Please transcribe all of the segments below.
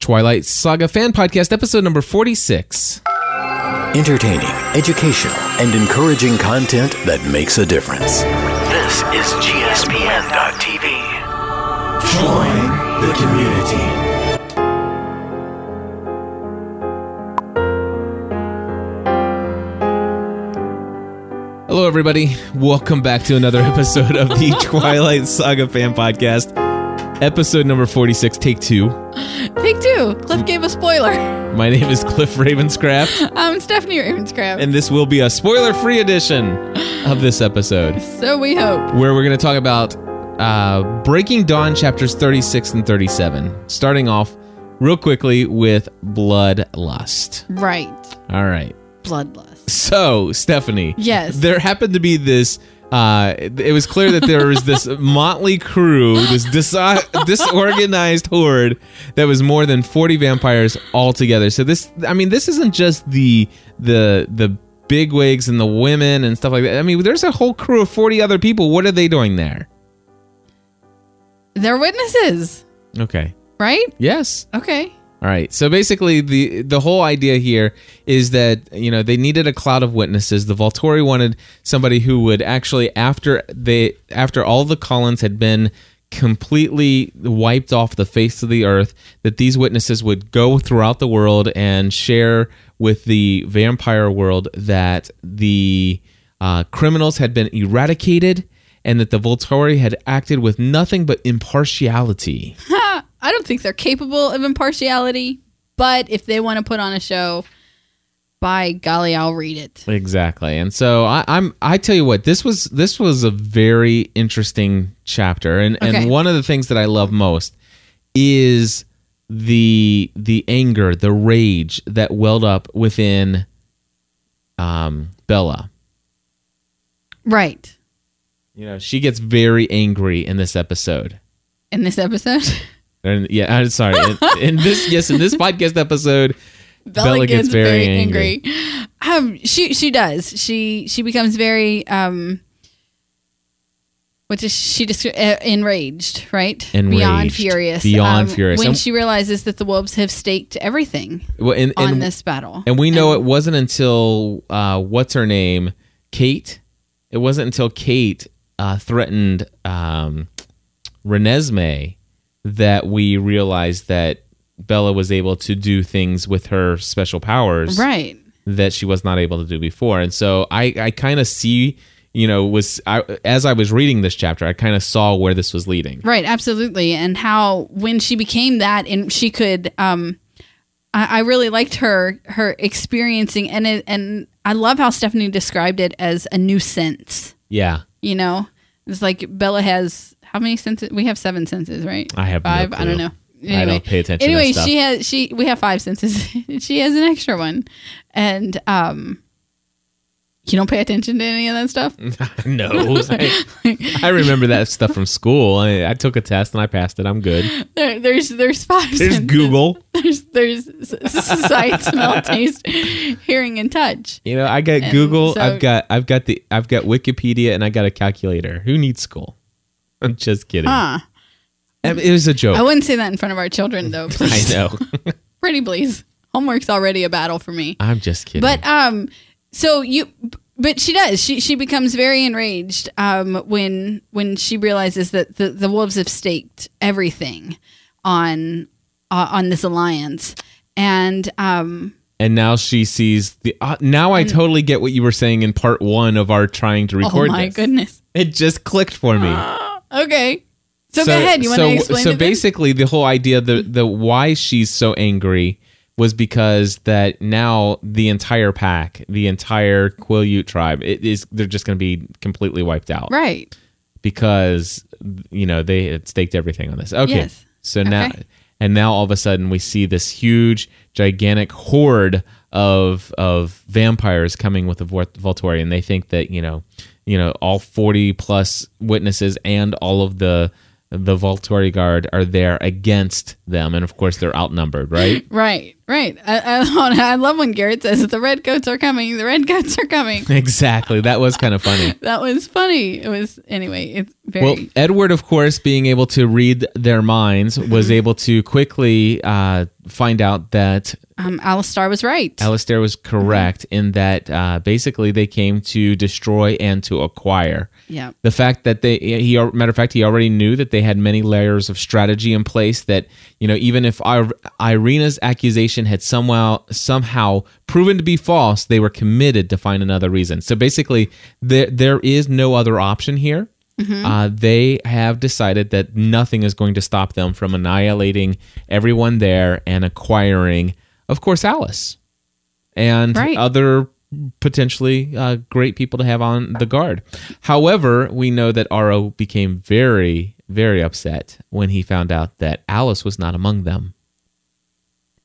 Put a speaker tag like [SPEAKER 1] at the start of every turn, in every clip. [SPEAKER 1] Twilight Saga Fan Podcast, episode number 46.
[SPEAKER 2] Entertaining, educational, and encouraging content that makes a difference.
[SPEAKER 3] This is GSPN.TV.
[SPEAKER 4] Join the community.
[SPEAKER 1] Hello, everybody. Welcome back to another episode of the Twilight Saga Fan Podcast, episode number 46, take two.
[SPEAKER 5] Take two. Cliff gave a spoiler.
[SPEAKER 1] My name is Cliff Ravenscraft,
[SPEAKER 5] I'm Stephanie Ravenscraft.
[SPEAKER 1] and this will be a spoiler free edition of this episode.
[SPEAKER 5] so we hope.
[SPEAKER 1] where we're going to talk about uh, Breaking Dawn chapters 36 and 37. Starting off real quickly with Bloodlust.
[SPEAKER 5] Right.
[SPEAKER 1] All right.
[SPEAKER 5] Bloodlust.
[SPEAKER 1] So, Stephanie.
[SPEAKER 5] Yes.
[SPEAKER 1] There happened to be this. Uh, it it was clear that there was this motley crew, this diso- disorganized horde that was more than forty vampires altogether. So this, I mean, this isn't just the the the bigwigs and the women and stuff like that. I mean, there's a whole crew of forty other people. What are they doing there?
[SPEAKER 5] They're witnesses,
[SPEAKER 1] Okay.
[SPEAKER 5] right?
[SPEAKER 1] Yes.
[SPEAKER 5] Okay.
[SPEAKER 1] All right. So basically, the the whole idea here is that you know they needed a cloud of witnesses. The Volturi wanted somebody who would actually, after they after all the Collins had been completely wiped off the face of the earth, that these witnesses would go throughout the world and share with the vampire world that the uh, criminals had been eradicated and that the Volturi had acted with nothing but impartiality.
[SPEAKER 5] I don't think they're capable of impartiality, but if they want to put on a show, by golly, I'll read it.
[SPEAKER 1] Exactly, and so I, I'm. I tell you what, this was this was a very interesting chapter, and
[SPEAKER 5] Okay.
[SPEAKER 1] and one of the things that I love most is the the anger, the rage that welled up within um, Bella.
[SPEAKER 5] Right.
[SPEAKER 1] You know, she gets very angry in this episode.
[SPEAKER 5] In this episode,
[SPEAKER 1] And yeah, I'm sorry. In, in this, yes, in this podcast episode, Bella, gets, very, angry.
[SPEAKER 5] Um, she she does. She she becomes very um. What does she just uh, enraged? Right. Beyond
[SPEAKER 1] Enraged.
[SPEAKER 5] furious.
[SPEAKER 1] Beyond
[SPEAKER 5] um,
[SPEAKER 1] furious.
[SPEAKER 5] When
[SPEAKER 1] And-
[SPEAKER 5] she realizes that the wolves have staked everything
[SPEAKER 1] Well, and-
[SPEAKER 5] on
[SPEAKER 1] and-
[SPEAKER 5] this battle.
[SPEAKER 1] And we know it wasn't until uh, what's her name, Kate. It wasn't until Kate uh, threatened um, Renesmee that we realized that Bella was able to do things with her special powers
[SPEAKER 5] right.
[SPEAKER 1] that she was not able to do before. And so I, I kind of see, you know, was I, as I was reading this chapter, I kind of saw where this was leading.
[SPEAKER 5] Right. Absolutely. And how when she became that, and she could um. I I really liked her her experiencing and it, and I love how Stephanie described it as a new sense.
[SPEAKER 1] Yeah,
[SPEAKER 5] you know it's like bella has how many senses we have seven senses right
[SPEAKER 1] I have no
[SPEAKER 5] five i don't
[SPEAKER 1] clue.
[SPEAKER 5] know
[SPEAKER 1] I don't pay attention to that
[SPEAKER 5] anyway
[SPEAKER 1] stuff.
[SPEAKER 5] she has she we have five senses she has an extra one and um you don't pay attention to any of that stuff
[SPEAKER 1] no, I, I remember that stuff from school. I, I took a test and I passed it. I'm good.
[SPEAKER 5] there, there's there's five
[SPEAKER 1] There's
[SPEAKER 5] senses.
[SPEAKER 1] Google.
[SPEAKER 5] there's there's s- s- sight smell taste hearing and touch
[SPEAKER 1] You know, I got
[SPEAKER 5] And
[SPEAKER 1] Google.
[SPEAKER 5] so-
[SPEAKER 1] I've got I've got the I've got Wikipedia, and I got a calculator. Who needs school? I'm just kidding.
[SPEAKER 5] huh
[SPEAKER 1] I mean, It was a joke.
[SPEAKER 5] i wouldn't say that in front of our children though
[SPEAKER 1] I
[SPEAKER 5] please
[SPEAKER 1] know.
[SPEAKER 5] pretty please homework's already a battle for me
[SPEAKER 1] I'm just kidding.
[SPEAKER 5] But um, so you, but she does. She she becomes very enraged um when when she realizes that the the wolves have staked everything on uh, on this alliance, and um
[SPEAKER 1] and now she sees the. Uh, now I totally get what you were saying in part one of our trying to record.
[SPEAKER 5] oh my
[SPEAKER 1] this.
[SPEAKER 5] goodness,
[SPEAKER 1] It just clicked for me.
[SPEAKER 5] okay. So, go ahead. You want
[SPEAKER 1] so,
[SPEAKER 5] to explain?
[SPEAKER 1] So
[SPEAKER 5] it then?
[SPEAKER 1] basically, the whole idea the the why she's so angry was because that now the entire pack, the entire Quileute tribe, it is they're just going to be completely wiped out
[SPEAKER 5] right?
[SPEAKER 1] because you know they had staked everything on this. Okay,
[SPEAKER 5] Yes.
[SPEAKER 1] so now
[SPEAKER 5] Okay.
[SPEAKER 1] and now all of a sudden we see this huge, gigantic horde of of vampires coming with the Vol- Volturi, and they think that you know, you know, all forty plus witnesses and all of the the Volturi guard are there against them, and of course they're outnumbered, right?
[SPEAKER 5] Right. Right. I, I, I love when Garrett says the redcoats are coming. The redcoats are coming.
[SPEAKER 1] Exactly. That was kind of funny.
[SPEAKER 5] That was funny. It was anyway. It's very
[SPEAKER 1] Well, Edward, of course, being able to read their minds,
[SPEAKER 5] Mm-hmm.
[SPEAKER 1] was able to quickly uh, find out that
[SPEAKER 5] um. Alistar was right. Mm-hmm.
[SPEAKER 1] Alistair was correct in that uh, basically they came to destroy and to acquire.
[SPEAKER 5] yeah.
[SPEAKER 1] The fact that they, he, matter of fact, he already knew that they had many layers of strategy in place. That you know, even if Ir- Irina's accusation had somehow somehow proven to be false, they were committed to find another reason. So basically, there there is no other option here.
[SPEAKER 5] Mm-hmm.
[SPEAKER 1] Uh, they have decided that nothing is going to stop them from annihilating everyone there and acquiring, of course, Alice and
[SPEAKER 5] Right.
[SPEAKER 1] other potentially uh, great people to have on the guard. However, we know that Aro became very, very upset when he found out that Alice was not among them.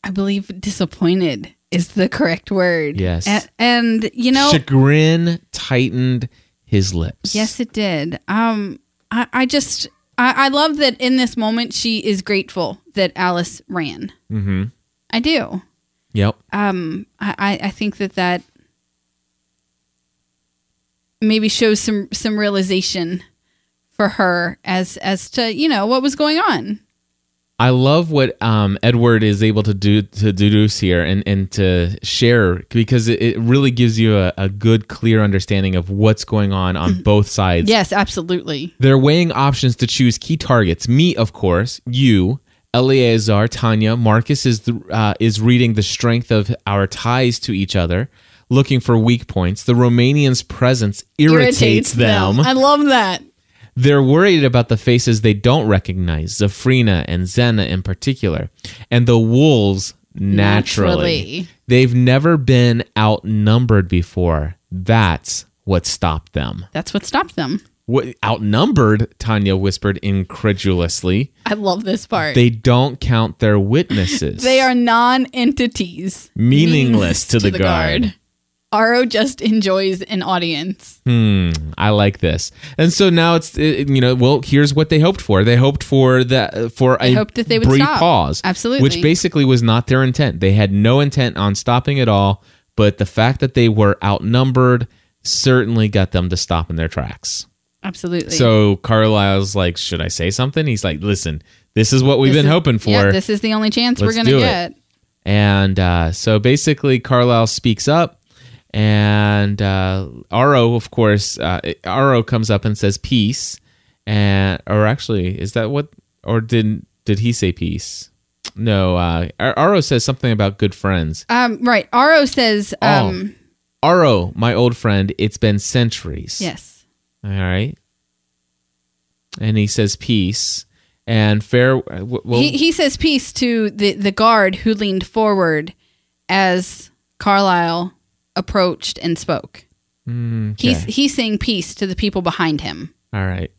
[SPEAKER 5] I believe disappointed is the correct word.
[SPEAKER 1] Yes.
[SPEAKER 5] A- and you know,
[SPEAKER 1] Chagrin tightened his lips.
[SPEAKER 5] Yes, it did. Um, I, I just I, I love that in this moment she is grateful that Alice ran. Mm-hmm. I do.
[SPEAKER 1] Yep.
[SPEAKER 5] Um, I, I I think that that maybe shows some some realization for her as as to you know what was going on.
[SPEAKER 1] I love what um, Edward is able to do to deduce here and, and to share because it, it really gives you a, a good, clear understanding of what's going on
[SPEAKER 5] Mm-hmm.
[SPEAKER 1] on both sides
[SPEAKER 5] Yes, absolutely.
[SPEAKER 1] They're weighing options to choose key targets. Me, of course, you, Eleazar, Tanya, Marcus is the, uh, is reading the strength of our ties to each other, looking for weak points. The Romanians' presence irritates, them.
[SPEAKER 5] I love that.
[SPEAKER 1] They're worried about the faces they don't recognize, Zafrina and Zena in particular, and the wolves naturally.
[SPEAKER 5] Naturally.
[SPEAKER 1] They've never been outnumbered before. That's what stopped them.
[SPEAKER 5] That's what stopped them.
[SPEAKER 1] What outnumbered? Tanya whispered incredulously.
[SPEAKER 5] I love this part. They,
[SPEAKER 1] They don't count their witnesses.
[SPEAKER 5] are non-entities.
[SPEAKER 1] meaningless to, the, guard. Hmm.
[SPEAKER 5] Aro just enjoys an audience.
[SPEAKER 1] I like this. And so now it's it, you know well here's what they hoped for. They hoped for the for a
[SPEAKER 5] hoped that they would
[SPEAKER 1] brief
[SPEAKER 5] stop.
[SPEAKER 1] pause,
[SPEAKER 5] Absolutely.
[SPEAKER 1] which basically was not their intent. They had no intent on stopping at all. But the fact that they were outnumbered certainly got them to stop in their tracks.
[SPEAKER 5] Absolutely.
[SPEAKER 1] So Carlisle's like, should I say something? He's like, listen, this is what we've
[SPEAKER 5] This
[SPEAKER 1] been
[SPEAKER 5] is-
[SPEAKER 1] hoping for.
[SPEAKER 5] Yeah, this is the only chance we're
[SPEAKER 1] Let's
[SPEAKER 5] gonna
[SPEAKER 1] do it.
[SPEAKER 5] get.
[SPEAKER 1] And uh, so basically, Carlisle speaks up, and uh, Aro, of course, uh, Aro comes up and says peace, and or actually, is that what, or did did he say peace? No, uh, Ar- Aro says something about good friends.
[SPEAKER 5] Um, right. Aro says,
[SPEAKER 1] Oh.
[SPEAKER 5] um,
[SPEAKER 1] Aro, my old friend, it's been centuries.
[SPEAKER 5] yes.
[SPEAKER 1] All right. And he says peace and fair. w- Well,
[SPEAKER 5] he, he says peace to the, the guard who leaned forward as Carlyle approached and spoke.
[SPEAKER 1] hmm,
[SPEAKER 5] He's he's saying peace to the people behind him.
[SPEAKER 1] All right.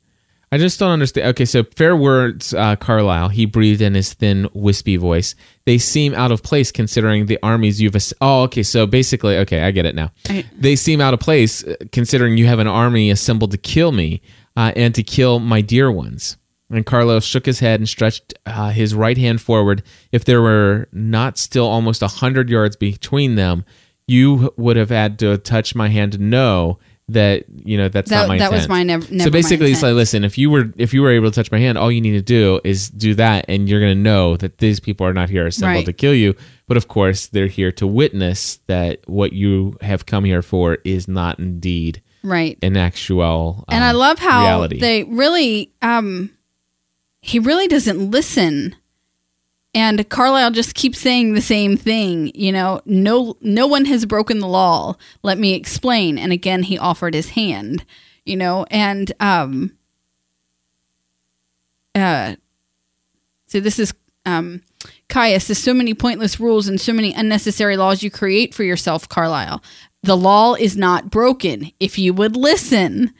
[SPEAKER 1] I just don't understand. Okay, so fair words, uh, Carlisle. He breathed in his thin, wispy voice. They seem out of place considering the armies you've. Ass- oh, okay. So basically, okay, I get it now.
[SPEAKER 5] I-
[SPEAKER 1] They seem out of place uh, considering you have an army assembled to kill me uh, and to kill my dear ones. And Carlos shook his head and stretched uh, his right hand forward. If there were not still almost a hundred yards between them, you would have had to touch my hand to know that you know that's
[SPEAKER 5] That-
[SPEAKER 1] not my
[SPEAKER 5] that was
[SPEAKER 1] intent.
[SPEAKER 5] my nev- never
[SPEAKER 1] so
[SPEAKER 5] my
[SPEAKER 1] basically, it's
[SPEAKER 5] intent.
[SPEAKER 1] like, listen, if you were if you were able to touch my hand, all you need to do is do that, and you're gonna know that these people are not here assembled
[SPEAKER 5] Right.
[SPEAKER 1] to kill you. But of course, they're here to witness that what you have come here for is not indeed
[SPEAKER 5] Right.
[SPEAKER 1] an actual.
[SPEAKER 5] and
[SPEAKER 1] um,
[SPEAKER 5] I love how
[SPEAKER 1] reality.
[SPEAKER 5] they really um he really doesn't listen. And Carlisle just keeps saying the same thing, you know, no no one has broken the law. Let me explain. And again he offered his hand, you know, and um uh so this is um Caius, there's so many pointless rules and so many unnecessary laws you create for yourself, Carlisle. The law is not broken. If you would listen,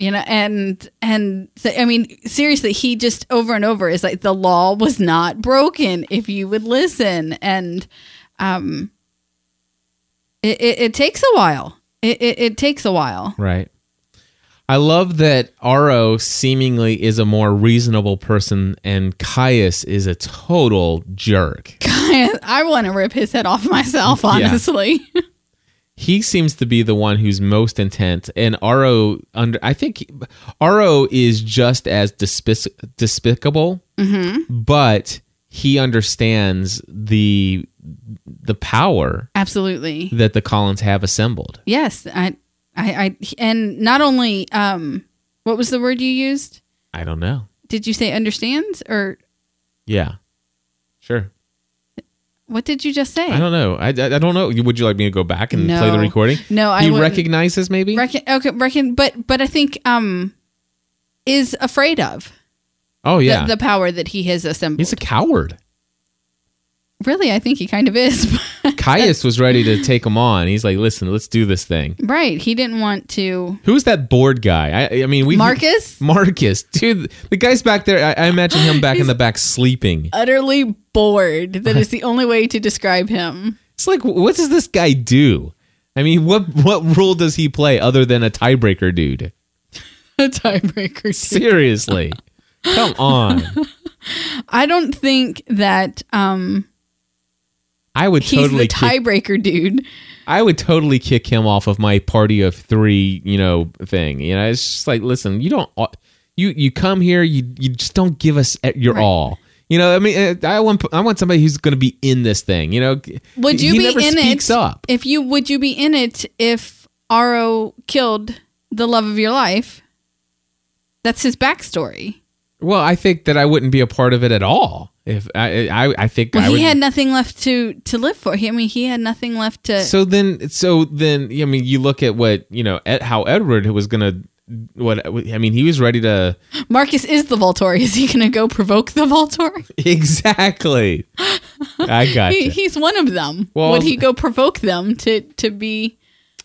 [SPEAKER 5] you know and and so, i mean seriously he just over and over is like the law was not broken if you would listen and um it, it, it takes a while it, it, it takes a while
[SPEAKER 1] Right. I love that Aro seemingly is a more reasonable person and Caius is a total jerk.
[SPEAKER 5] I I want to rip his head off myself, honestly.
[SPEAKER 1] he seems to be the one who's most intent and Aro under I think Aro is just as despic- despicable
[SPEAKER 5] Mm-hmm.
[SPEAKER 1] but he understands the the power
[SPEAKER 5] Absolutely.
[SPEAKER 1] that the Collins have assembled
[SPEAKER 5] Yes, I, I, I, and not only, um, what was the word you used?
[SPEAKER 1] I don't know
[SPEAKER 5] Did you say understands or
[SPEAKER 1] yeah sure
[SPEAKER 5] what did you just say?
[SPEAKER 1] I don't know I, I, I don't know would you like me to go back and play the
[SPEAKER 5] No.
[SPEAKER 1] recording
[SPEAKER 5] No, I
[SPEAKER 1] he
[SPEAKER 5] wouldn't.
[SPEAKER 1] recognizes maybe
[SPEAKER 5] reckon. Okay, reckon. But but I think um, is afraid of
[SPEAKER 1] oh
[SPEAKER 5] the,
[SPEAKER 1] yeah
[SPEAKER 5] the power that he has assembled.
[SPEAKER 1] he's a coward
[SPEAKER 5] really, I think he kind of is.
[SPEAKER 1] Caius was ready to take him on he's like listen let's do this thing
[SPEAKER 5] right, he didn't want to.
[SPEAKER 1] Who's that bored guy? I, I mean, we
[SPEAKER 5] Marcus?
[SPEAKER 1] Marcus, dude, the guy's back there. I, I imagine him back in the back sleeping.
[SPEAKER 5] Utterly bored. That is the only way to describe him.
[SPEAKER 1] It's like, what does this guy do? I mean, what what role does he play other than a tiebreaker, dude?
[SPEAKER 5] A tiebreaker.
[SPEAKER 1] Seriously, come on.
[SPEAKER 5] I don't think that um,
[SPEAKER 1] I would
[SPEAKER 5] he's
[SPEAKER 1] totally,
[SPEAKER 5] the
[SPEAKER 1] kick,
[SPEAKER 5] tiebreaker dude.
[SPEAKER 1] I would totally kick him off of my party of three, you know, thing. You know, it's just like, listen, you don't, uh, you you come here, you you just don't give us e, your all. You know, I mean, uh, I want I want somebody who's going to be in this thing. You know,
[SPEAKER 5] Would you
[SPEAKER 1] He
[SPEAKER 5] be
[SPEAKER 1] never
[SPEAKER 5] in
[SPEAKER 1] speaks
[SPEAKER 5] it?
[SPEAKER 1] up.
[SPEAKER 5] If you would you be in it if Aro killed the love of your life? That's his backstory.
[SPEAKER 1] Well, I think that I wouldn't be a part of it at all. If I, I, I think I
[SPEAKER 5] Well,
[SPEAKER 1] would.
[SPEAKER 5] he had nothing left to to live for. He, I mean, he had nothing left to.
[SPEAKER 1] so then, so then, I mean, you look at what you know, at how Edward was gonna. What I mean, he was ready to
[SPEAKER 5] Marcus is the Volturi. Is he going to go provoke the Volturi?
[SPEAKER 1] exactly. I got
[SPEAKER 5] He,
[SPEAKER 1] you.
[SPEAKER 5] he's one of them.
[SPEAKER 1] Well-
[SPEAKER 5] Would he go provoke them to to be?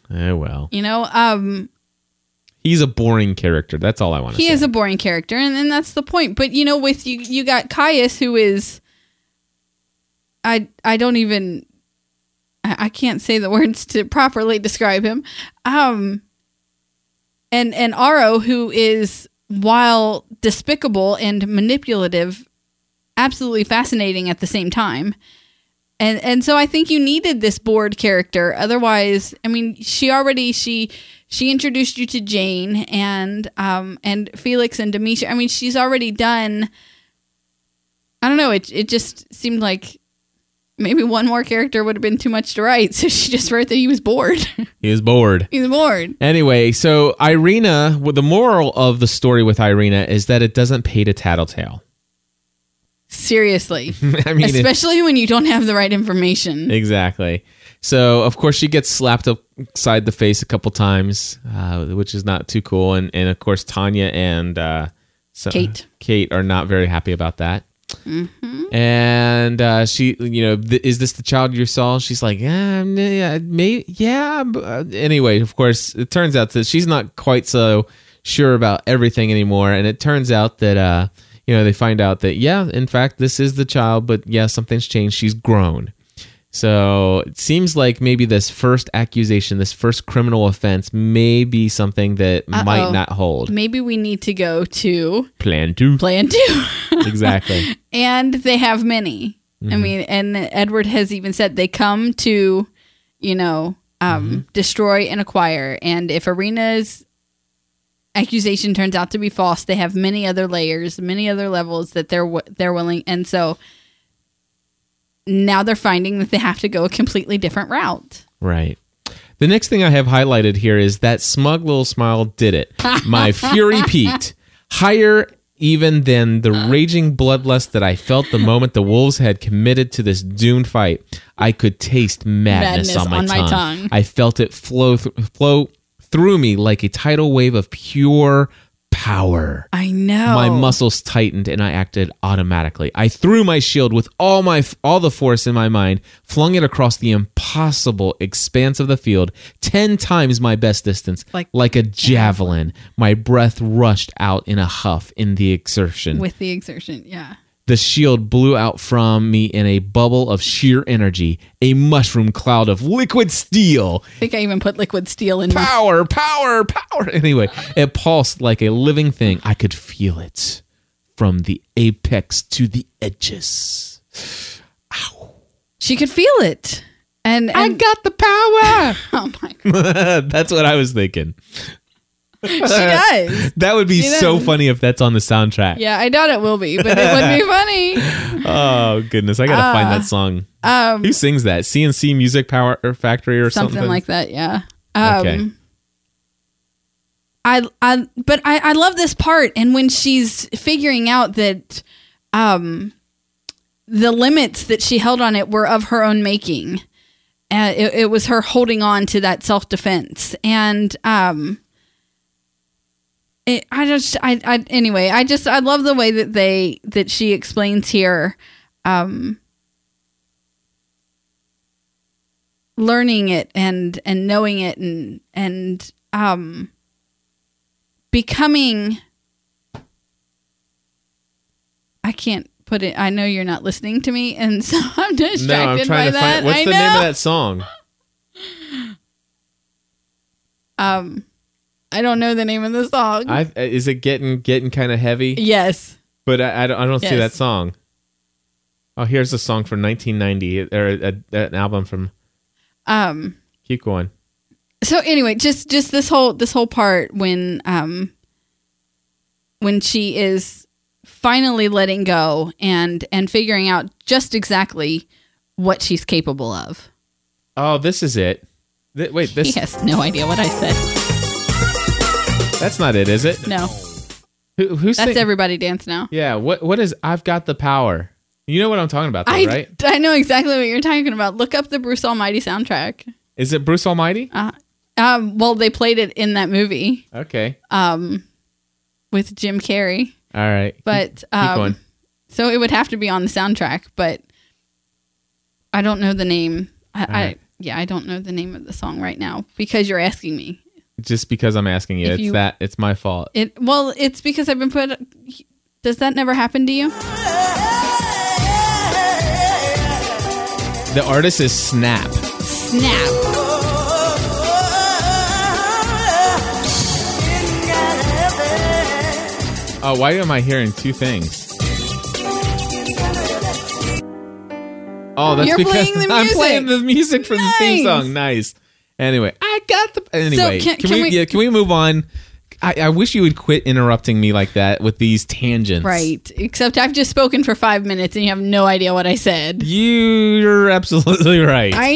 [SPEAKER 1] Oh well,
[SPEAKER 5] You know, um,
[SPEAKER 1] he's a boring character. That's all I want to
[SPEAKER 5] he
[SPEAKER 1] say.
[SPEAKER 5] is a boring character, and, and that's the point. But you know, with you, you got Caius, who is, I I don't even, I, I can't say the words to properly describe him, um, and and Aro, who is while despicable and manipulative, absolutely fascinating at the same time. And, and so I think you needed this bored character. Otherwise, I mean, she already she she introduced you to Jane and um and Felix and Demetria. I mean, she's already done. I don't know. It it just seemed like maybe one more character would have been too much to write. So she just wrote that he was bored.
[SPEAKER 1] He is bored.
[SPEAKER 5] He's bored.
[SPEAKER 1] Anyway, so Irina, well, the moral of the story with Irina is that it doesn't pay to tattletale.
[SPEAKER 5] Seriously,
[SPEAKER 1] I mean, it-
[SPEAKER 5] especially when you don't have the right information.
[SPEAKER 1] Exactly. So of course she gets slapped upside the face a couple times, uh, which is not too cool. And and of course Tanya and uh, so-
[SPEAKER 5] Kate.
[SPEAKER 1] Kate are not very happy about that. And uh, she, you know, th- is this the child you saw? She's like, yeah, I'm- yeah, maybe, yeah. b- uh, Anyway, of course, it turns out that she's not quite so sure about everything anymore. And it turns out that, uh, you know, they find out that, yeah, in fact, this is the child, but yeah, something's changed. She's grown. So it seems like maybe this first accusation, this first criminal offense, may be something that might
[SPEAKER 5] Uh-oh.
[SPEAKER 1] not hold.
[SPEAKER 5] Maybe we need to go to
[SPEAKER 1] Plan two.
[SPEAKER 5] plan two.
[SPEAKER 1] exactly.
[SPEAKER 5] and they have many. I mean, and Edward has even said they come to, you know, um, destroy and acquire. And if Arena's accusation turns out to be false, they have many other layers, many other levels that they're wi- they're willing. And so now they're finding that they have to go a completely different route.
[SPEAKER 1] Right. The next thing I have highlighted here is that smug little smile did it. My fury peaked higher even than the raging bloodlust that I felt the moment the wolves had committed to this doomed fight. I could taste madness,
[SPEAKER 5] Madness
[SPEAKER 1] on, my,
[SPEAKER 5] on my
[SPEAKER 1] tongue.
[SPEAKER 5] tongue.
[SPEAKER 1] I felt it flow th- flow through me like a tidal wave of pure power.
[SPEAKER 5] I know
[SPEAKER 1] My muscles tightened and I acted automatically. I threw my shield with all my all the force in my mind, flung it across the impossible expanse of the field, 10 times my best distance,
[SPEAKER 5] Like-
[SPEAKER 1] a javelin. My breath rushed out in a huff in the exertion.
[SPEAKER 5] with the exertion. Yeah.
[SPEAKER 1] The shield blew out from me in a bubble of sheer energy, a mushroom cloud of liquid steel
[SPEAKER 5] I think I even put liquid steel in. my
[SPEAKER 1] power, power, power. Anyway, it pulsed like a living thing. I could feel it from the apex to the edges. Ow.
[SPEAKER 5] She could feel it. And,
[SPEAKER 1] I
[SPEAKER 5] and-
[SPEAKER 1] got the power.
[SPEAKER 5] oh my
[SPEAKER 1] that's what I was thinking.
[SPEAKER 5] she does.
[SPEAKER 1] That would be
[SPEAKER 5] She
[SPEAKER 1] so
[SPEAKER 5] does.
[SPEAKER 1] funny if that's on the soundtrack.
[SPEAKER 5] Yeah, I doubt it will be, but it would be funny.
[SPEAKER 1] Oh goodness, I gotta
[SPEAKER 5] Uh,
[SPEAKER 1] find that song.
[SPEAKER 5] Um,
[SPEAKER 1] Who sings that? CNC Music Power or Factory or
[SPEAKER 5] something,
[SPEAKER 1] something,
[SPEAKER 5] like that. Yeah. Um,
[SPEAKER 1] Okay.
[SPEAKER 5] I, I, but I, I love this part. And when she's figuring out that, um, the limits that she held on it were of her own making. Uh, it, it was her holding on to that self defense. And, um, it, I just, I, I, anyway, I just, I love the way that they, that she explains here, um, learning it and, and knowing it and, and, um, becoming, I can't put it, I know you're not listening to me. And so I'm distracted
[SPEAKER 1] No, I'm
[SPEAKER 5] by
[SPEAKER 1] trying to
[SPEAKER 5] that.
[SPEAKER 1] find. What's
[SPEAKER 5] I
[SPEAKER 1] the
[SPEAKER 5] know.
[SPEAKER 1] name of that song?
[SPEAKER 5] Um, I don't know the name of the song.
[SPEAKER 1] I is it getting getting kind of heavy?
[SPEAKER 5] yes.
[SPEAKER 1] But I, I don't, I don't see
[SPEAKER 5] Yes.
[SPEAKER 1] that song. Oh, here's a song from 1990 or a, a- an album from.
[SPEAKER 5] Um.
[SPEAKER 1] Keep going.
[SPEAKER 5] So anyway, just just this whole this whole part when um when she is finally letting go and and figuring out just exactly what she's capable of.
[SPEAKER 1] Oh, this is it. Th- wait, this
[SPEAKER 5] He has no idea what I said.
[SPEAKER 1] that's not it, is it?
[SPEAKER 5] No,
[SPEAKER 1] Who, who's
[SPEAKER 5] that's
[SPEAKER 1] sing-
[SPEAKER 5] everybody dance now.
[SPEAKER 1] Yeah. What what is I've got the power? You know what I'm talking about, though,
[SPEAKER 5] I,
[SPEAKER 1] right?
[SPEAKER 5] I know exactly what you're talking about. Look up the Bruce Almighty soundtrack.
[SPEAKER 1] Is it Bruce Almighty?
[SPEAKER 5] Um, well, they played it in that movie
[SPEAKER 1] Okay.
[SPEAKER 5] um, with Jim Carrey.
[SPEAKER 1] All right.
[SPEAKER 5] but
[SPEAKER 1] Keep going.
[SPEAKER 5] um, so it would have to be on the soundtrack but i don't know the name I, I
[SPEAKER 1] right.
[SPEAKER 5] yeah i don't know the name of the song right now because you're asking me
[SPEAKER 1] Just because I'm asking you,
[SPEAKER 5] If
[SPEAKER 1] it's
[SPEAKER 5] you-
[SPEAKER 1] that it's my fault.
[SPEAKER 5] it well it's because i've been put does that never happen to you
[SPEAKER 1] The artist is Snap.
[SPEAKER 5] snap
[SPEAKER 1] Oh, why am I hearing two things? Oh, that's
[SPEAKER 5] You're
[SPEAKER 1] because
[SPEAKER 5] playing the
[SPEAKER 1] I'm
[SPEAKER 5] music.
[SPEAKER 1] playing the music from the theme
[SPEAKER 5] Nice.
[SPEAKER 1] song. Nice. Anyway, I got the. Anyway,
[SPEAKER 5] can-
[SPEAKER 1] can,
[SPEAKER 5] can
[SPEAKER 1] we,
[SPEAKER 5] we-
[SPEAKER 1] yeah, can we move on? I, I wish you would quit interrupting me like that with these tangents.
[SPEAKER 5] right except i've just spoken for five minutes and you have no idea what i said
[SPEAKER 1] You're absolutely right.
[SPEAKER 5] i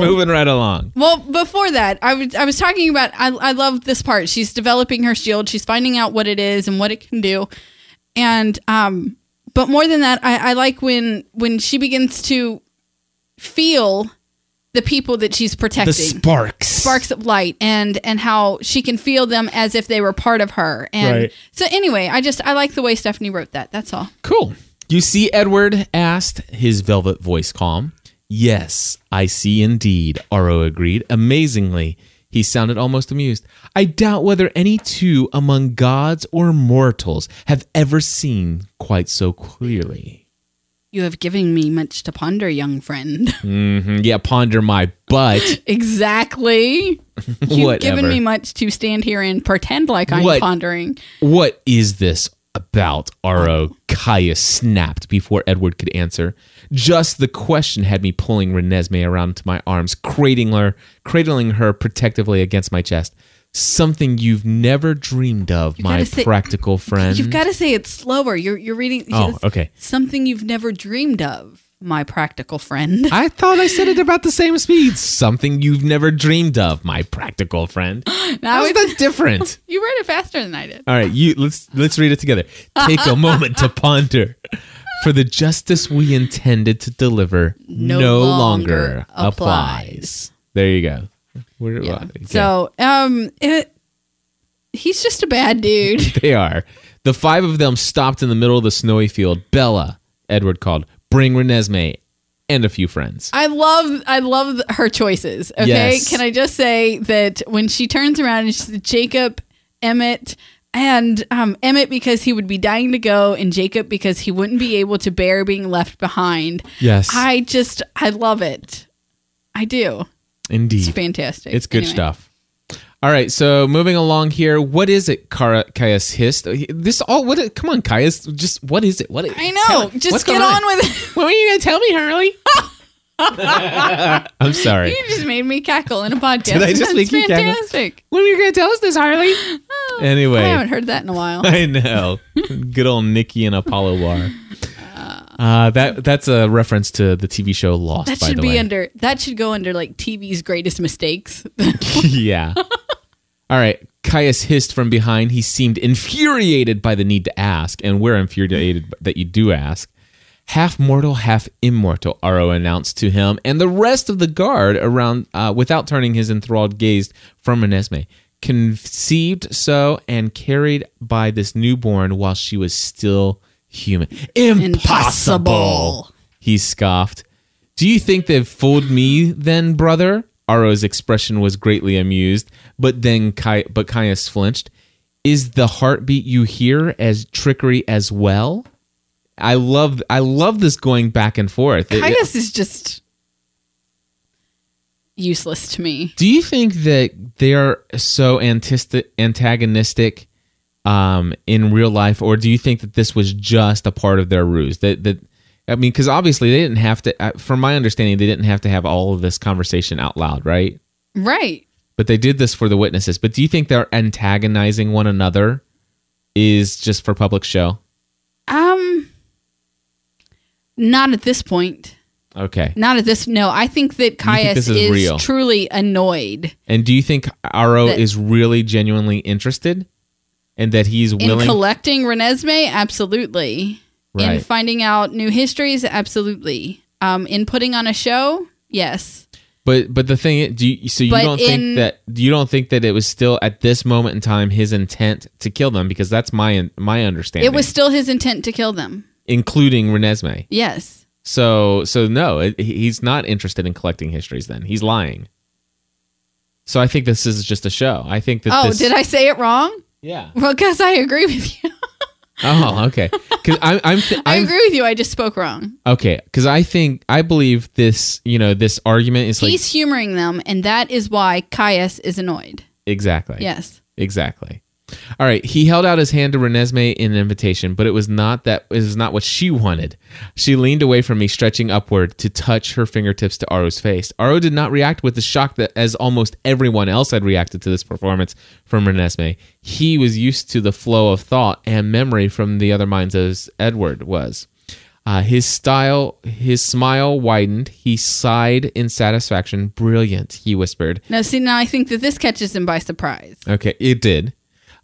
[SPEAKER 1] Moving right along.
[SPEAKER 5] well before that i was i was talking about i, I love this part she's developing her shield she's finding out what it is and what it can do and um but more than that i, I like when when she begins to feel the people that she's protecting
[SPEAKER 1] The sparks.
[SPEAKER 5] sparks of light and and how she can feel them as if they were part of her and
[SPEAKER 1] Right.
[SPEAKER 5] so anyway i just i like the way stephanie wrote that that's all
[SPEAKER 1] Cool. You see, Edward asked, his velvet voice calm. Yes, I see indeed, Aro agreed. Amazingly, he sounded almost amused. I doubt whether any two among gods or mortals have ever seen quite so clearly.
[SPEAKER 5] you have given me much to ponder young friend
[SPEAKER 1] hmm Yeah, ponder my butt.
[SPEAKER 5] exactly You've
[SPEAKER 1] Whatever.
[SPEAKER 5] given me much to stand here and pretend like I'm
[SPEAKER 1] What?
[SPEAKER 5] pondering.
[SPEAKER 1] What is this about, Aro? Caius snapped before Edward could answer. Just the question had me pulling Renesmee around to my arms, cradling her, cradling her protectively against my chest. Something you've never dreamed of, my
[SPEAKER 5] gotta say-
[SPEAKER 1] practical friend.
[SPEAKER 5] You've got to say it slower. You're you're reading.
[SPEAKER 1] Oh, okay.
[SPEAKER 5] Something you've never dreamed of, my practical friend.
[SPEAKER 1] I thought I said it about the same speed. Something you've never dreamed of, my practical friend.
[SPEAKER 5] Now
[SPEAKER 1] How's
[SPEAKER 5] it's-
[SPEAKER 1] that different?
[SPEAKER 5] you read it faster than I did.
[SPEAKER 1] All right, you let's let's read it together. Take a moment to ponder. For the justice we intended to deliver no,
[SPEAKER 5] No
[SPEAKER 1] longer
[SPEAKER 5] longer
[SPEAKER 1] applies. There you go. We're- okay.
[SPEAKER 5] So, um, it, he's just a bad dude.
[SPEAKER 1] they are. The five of them stopped in the middle of the snowy field. Bella, Edward called, bring Renesmee and a few friends.
[SPEAKER 5] I love I love her choices. Okay,
[SPEAKER 1] Yes.
[SPEAKER 5] can I just say that when she turns around and she's Jacob, Emmett. And um, Emmett because he would be dying to go, and Jacob because he wouldn't be able to bear being left behind.
[SPEAKER 1] yes,
[SPEAKER 5] I just I love it. I do. It's
[SPEAKER 1] indeed.
[SPEAKER 5] fantastic.
[SPEAKER 1] It's good
[SPEAKER 5] Anyway.
[SPEAKER 1] stuff. All right, so moving along here, what is it? Kara, Caius hissed. This all what? Come on, Caius, just what is it? What
[SPEAKER 5] I know.
[SPEAKER 1] tell- what's
[SPEAKER 5] just get
[SPEAKER 1] going
[SPEAKER 5] on with it.
[SPEAKER 1] When were you gonna tell me, Harley? I'm sorry.
[SPEAKER 5] You just made me cackle in a podcast.
[SPEAKER 1] Did I just
[SPEAKER 5] That's
[SPEAKER 1] make you cackle?
[SPEAKER 5] fantastic.
[SPEAKER 1] When are you going to tell us this, Harley? Oh, anyway.
[SPEAKER 5] I haven't heard that in a while.
[SPEAKER 1] I know. Good old Nikki and Apollo War. Uh, that that's a reference to the TV show Lost.
[SPEAKER 5] That
[SPEAKER 1] by
[SPEAKER 5] should
[SPEAKER 1] the
[SPEAKER 5] be
[SPEAKER 1] way.
[SPEAKER 5] under that should go under like TV's greatest mistakes.
[SPEAKER 1] yeah. All right. Caius hissed from behind. He seemed infuriated by the need to ask, and we're infuriated that you do ask. Half mortal, half immortal, Aro announced to him and the rest of the guard around uh, without turning his enthralled gaze from Renesmee. Conceived so and carried by this newborn while she was still human. Impossible!
[SPEAKER 5] Impossible.
[SPEAKER 1] He scoffed. Do you think they've fooled me then, brother? Aro's expression was greatly amused, but then Kai- but Caius flinched. Is the heartbeat you hear as trickery as well? I love I love this going back and forth. It-
[SPEAKER 5] Caius is just useless to me.
[SPEAKER 1] do you think that they're so antist- antagonistic um, in real life, or do you think that this was just a part of their ruse? That that I mean, because obviously they didn't have to. uh, From my understanding, they didn't have to have all of this conversation out loud, right?
[SPEAKER 5] Right.
[SPEAKER 1] But they did this for the witnesses. But do you think they're antagonizing one another is just for public show?
[SPEAKER 5] Um not at this point.
[SPEAKER 1] Okay.
[SPEAKER 5] Not at this no, I think that Caius
[SPEAKER 1] this
[SPEAKER 5] is,
[SPEAKER 1] is real?
[SPEAKER 5] truly annoyed
[SPEAKER 1] And do you think Aro
[SPEAKER 5] That-
[SPEAKER 1] is really genuinely interested, and that he's
[SPEAKER 5] in
[SPEAKER 1] willing?
[SPEAKER 5] collecting Renesmee, absolutely. In
[SPEAKER 1] Right.
[SPEAKER 5] finding out new histories, absolutely. Um in putting on a show, yes.
[SPEAKER 1] But but the thing, is- do you, so you
[SPEAKER 5] But
[SPEAKER 1] don't
[SPEAKER 5] in-
[SPEAKER 1] think that you don't think that it was still at this moment in time his intent to kill them because that's my my understanding.
[SPEAKER 5] It was still his intent to kill them.
[SPEAKER 1] including Renesmee.
[SPEAKER 5] Yes.
[SPEAKER 1] So so no, it, he- he's not interested in collecting histories. Then he's lying. So I think this is just a show. I think that.
[SPEAKER 5] Oh,
[SPEAKER 1] this,
[SPEAKER 5] did I say it wrong?
[SPEAKER 1] Yeah.
[SPEAKER 5] Well, guess I agree with you.
[SPEAKER 1] Oh, okay. Because I'm I'm, th-
[SPEAKER 5] I
[SPEAKER 1] I'm
[SPEAKER 5] agree with you. I just spoke wrong.
[SPEAKER 1] okay. Because I think I believe this. You know, this argument is like
[SPEAKER 5] He's humoring them, and that is why Caius is annoyed.
[SPEAKER 1] exactly.
[SPEAKER 5] Yes.
[SPEAKER 1] Exactly. All right. He held out his hand to Renesmee in an invitation, but it was not that it was not what she wanted. She leaned away from me, stretching upward to touch her fingertips to Aro's face. Aro did not react with the shock that as almost everyone else had reacted to this performance from Renesmee. He was used to the flow of thought and memory from the other minds as Edward was. Uh, his style, his smile widened. He sighed in satisfaction. Brilliant, he whispered.
[SPEAKER 5] Now, see, now I think that this catches him by surprise.
[SPEAKER 1] Okay, it did.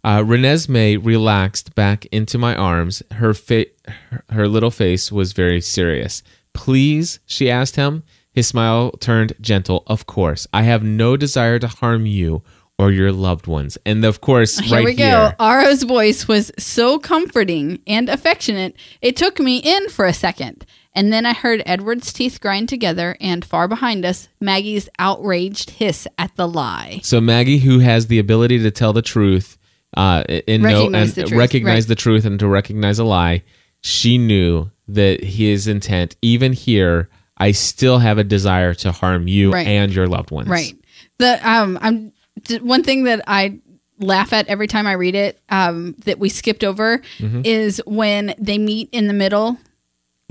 [SPEAKER 1] Uh, Renesmee relaxed back into my arms. Her fa- her- her little face was very serious. Please, she asked him. His smile turned gentle. Of course, I have no desire to harm you or your loved ones. And of course,
[SPEAKER 5] Here
[SPEAKER 1] right
[SPEAKER 5] we go.
[SPEAKER 1] here,
[SPEAKER 5] Aro's voice was so comforting and affectionate, it took me in for a second. And then I heard Edward's teeth grind together, and far behind us, Maggie's outraged hiss at the lie.
[SPEAKER 1] so Maggie, who has the ability to tell the truth, uh, and know
[SPEAKER 5] Recognize
[SPEAKER 1] and
[SPEAKER 5] the truth,
[SPEAKER 1] recognize
[SPEAKER 5] right.
[SPEAKER 1] the truth and to recognize a lie, she knew that his intent, even here. I still have a desire to harm you
[SPEAKER 5] Right.
[SPEAKER 1] and your loved ones.
[SPEAKER 5] Right. The um, I'm d- one thing that I laugh at every time I read it um, that we skipped over
[SPEAKER 1] Mm-hmm.
[SPEAKER 5] is when they meet in the middle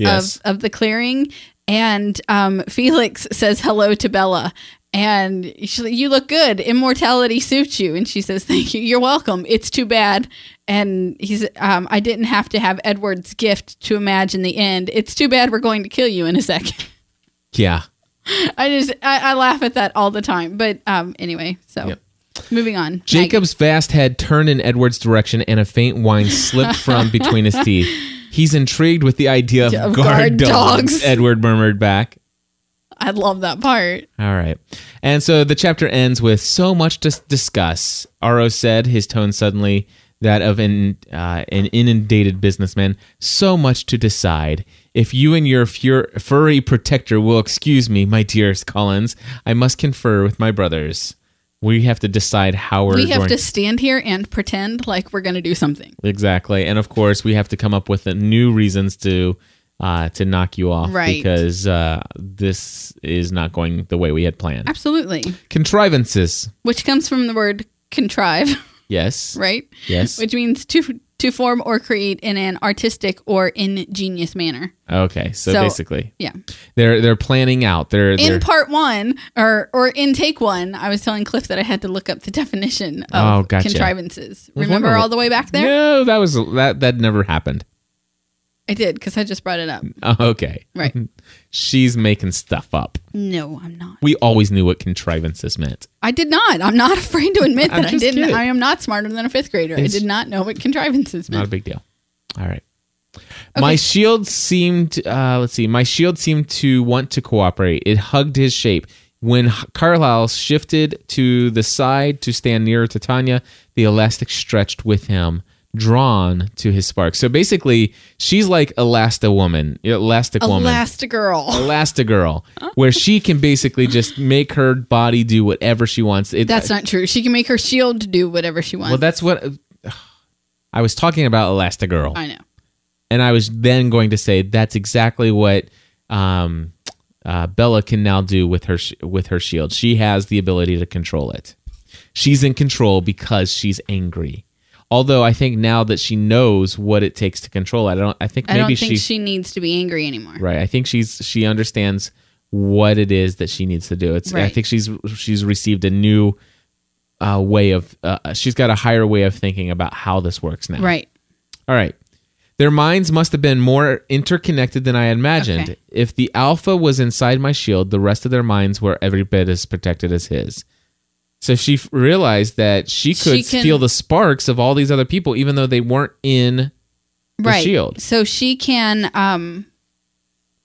[SPEAKER 5] of, of the clearing, and um, Felix says hello to Bella. And she's like, you look good. Immortality suits you. And she says, "Thank you. You're welcome. It's too bad." And he's, um, I didn't have to have Edward's gift to imagine the end. It's too bad we're going to kill you in a second.
[SPEAKER 1] Yeah.
[SPEAKER 5] I just I, I laugh at that all the time. But um anyway, so moving on.
[SPEAKER 1] Jacob's vast head turned in Edward's direction and a faint whine slipped from between his teeth. He's intrigued with the idea of,
[SPEAKER 5] Of
[SPEAKER 1] guard,
[SPEAKER 5] guard
[SPEAKER 1] dogs,
[SPEAKER 5] dogs.
[SPEAKER 1] Edward murmured back.
[SPEAKER 5] Maggie, I love that part.
[SPEAKER 1] All right. And so the chapter ends with so much to s- discuss. Aro said, his tone suddenly that of an, uh, an inundated businessman. So much to decide. If you and your fur- furry protector will excuse me, my dearest Collins, I must confer with my brothers. We have to decide how we're
[SPEAKER 5] We have
[SPEAKER 1] going
[SPEAKER 5] to stand here and pretend like we're gonna do something.
[SPEAKER 1] Exactly, and of course we have to come up with uh, new reasons to uh, to knock you off
[SPEAKER 5] Right.
[SPEAKER 1] because uh, this is not going the way we had planned.
[SPEAKER 5] Absolutely.
[SPEAKER 1] Contrivances,
[SPEAKER 5] Which comes from the word contrive,
[SPEAKER 1] yes,
[SPEAKER 5] right?
[SPEAKER 1] yes,
[SPEAKER 5] Which means to to form or create in an artistic or ingenious manner.
[SPEAKER 1] Okay, so,
[SPEAKER 5] So-
[SPEAKER 1] basically,
[SPEAKER 5] Yeah.
[SPEAKER 1] they're they're planning out. They're, they're
[SPEAKER 5] In part one, or or in take one, I was telling Cliff that I had to look up the definition
[SPEAKER 1] Oh,
[SPEAKER 5] of
[SPEAKER 1] gotcha.
[SPEAKER 5] contrivances.
[SPEAKER 1] was
[SPEAKER 5] Remember
[SPEAKER 1] wondering-
[SPEAKER 5] all the way back there?
[SPEAKER 1] no, that was that that never happened.
[SPEAKER 5] I did because I just brought it up.
[SPEAKER 1] Oh, Okay,
[SPEAKER 5] Right?
[SPEAKER 1] she's making stuff up.
[SPEAKER 5] no, I'm not.
[SPEAKER 1] We always knew what contrivances meant.
[SPEAKER 5] I did not. I'm not afraid to admit
[SPEAKER 1] I'm
[SPEAKER 5] that I
[SPEAKER 1] just
[SPEAKER 5] didn't.
[SPEAKER 1] kidding.
[SPEAKER 5] I am not smarter than a fifth grader.
[SPEAKER 1] It's-
[SPEAKER 5] I did not know what contrivances
[SPEAKER 1] Not a
[SPEAKER 5] meant.
[SPEAKER 1] big deal. All right. My shield seemed. Uh, let's see. My shield seemed to want to cooperate. It hugged his shape. When H- Carlyle shifted to the side to stand nearer to Tanya, the elastic stretched with him, drawn to his spark. So basically, she's like Elasta Woman, Elastic Woman, Oh,
[SPEAKER 5] Elastigirl.
[SPEAKER 1] Elastigirl, where she can basically just make her body do whatever she wants. It,
[SPEAKER 5] That's not true. She can make her shield do whatever she wants.
[SPEAKER 1] well, that's what I was talking about, Elastigirl.
[SPEAKER 5] I know.
[SPEAKER 1] and I was then going to say that's exactly what um, uh, Bella can now do with her sh- with her shield. She has the ability to control it. She's in control because she's angry. Although I think now that she knows what it takes to control it, I don't. I think
[SPEAKER 5] I
[SPEAKER 1] maybe
[SPEAKER 5] don't think
[SPEAKER 1] she,
[SPEAKER 5] she needs to be angry anymore.
[SPEAKER 1] right. I think she's she understands what it is that she needs to do. It's. I
[SPEAKER 5] Right.
[SPEAKER 1] think she's she's received a new uh, way of. Uh, she's got a higher way of thinking about how this works now.
[SPEAKER 5] Right.
[SPEAKER 1] All right. Their minds must have been more interconnected than I had imagined.
[SPEAKER 5] Okay.
[SPEAKER 1] If the alpha was inside my shield, the rest of their minds were every bit as protected as his. So she f- realized that she could
[SPEAKER 5] She can-
[SPEAKER 1] feel the sparks of all these other people, even though they weren't in. the
[SPEAKER 5] right.
[SPEAKER 1] shield.
[SPEAKER 5] So she can um,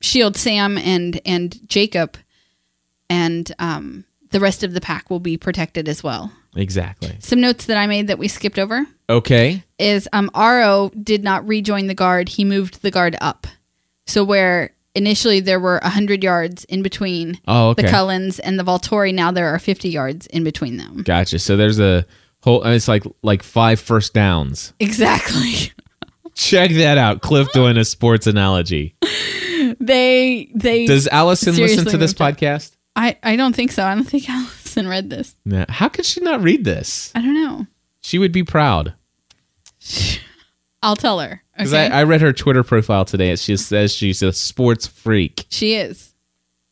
[SPEAKER 5] shield Sam and and Jacob, and um, the rest of the pack will be protected as well.
[SPEAKER 1] Exactly.
[SPEAKER 5] Some notes that I made that we skipped over
[SPEAKER 1] Okay.
[SPEAKER 5] is um, Aro did not rejoin the guard. He moved the guard up. So where initially there were hundred yards in between
[SPEAKER 1] Oh, okay.
[SPEAKER 5] the Cullens and the Volturi, now there are fifty yards in between them.
[SPEAKER 1] Gotcha. So there's a whole. and It's like like five first downs.
[SPEAKER 5] Exactly.
[SPEAKER 1] Check that out. Cliff doing a sports analogy.
[SPEAKER 5] they they.
[SPEAKER 1] Does Allison listen
[SPEAKER 5] Seriously,
[SPEAKER 1] to this
[SPEAKER 5] we've done-
[SPEAKER 1] podcast?
[SPEAKER 5] I I don't think so. I don't think Allison read this.
[SPEAKER 1] No. How could she not read this?
[SPEAKER 5] I don't know.
[SPEAKER 1] She would be proud.
[SPEAKER 5] I'll tell her.
[SPEAKER 1] Because
[SPEAKER 5] Okay?
[SPEAKER 1] I, I read her Twitter profile today. and She says she's a sports freak.
[SPEAKER 5] she is.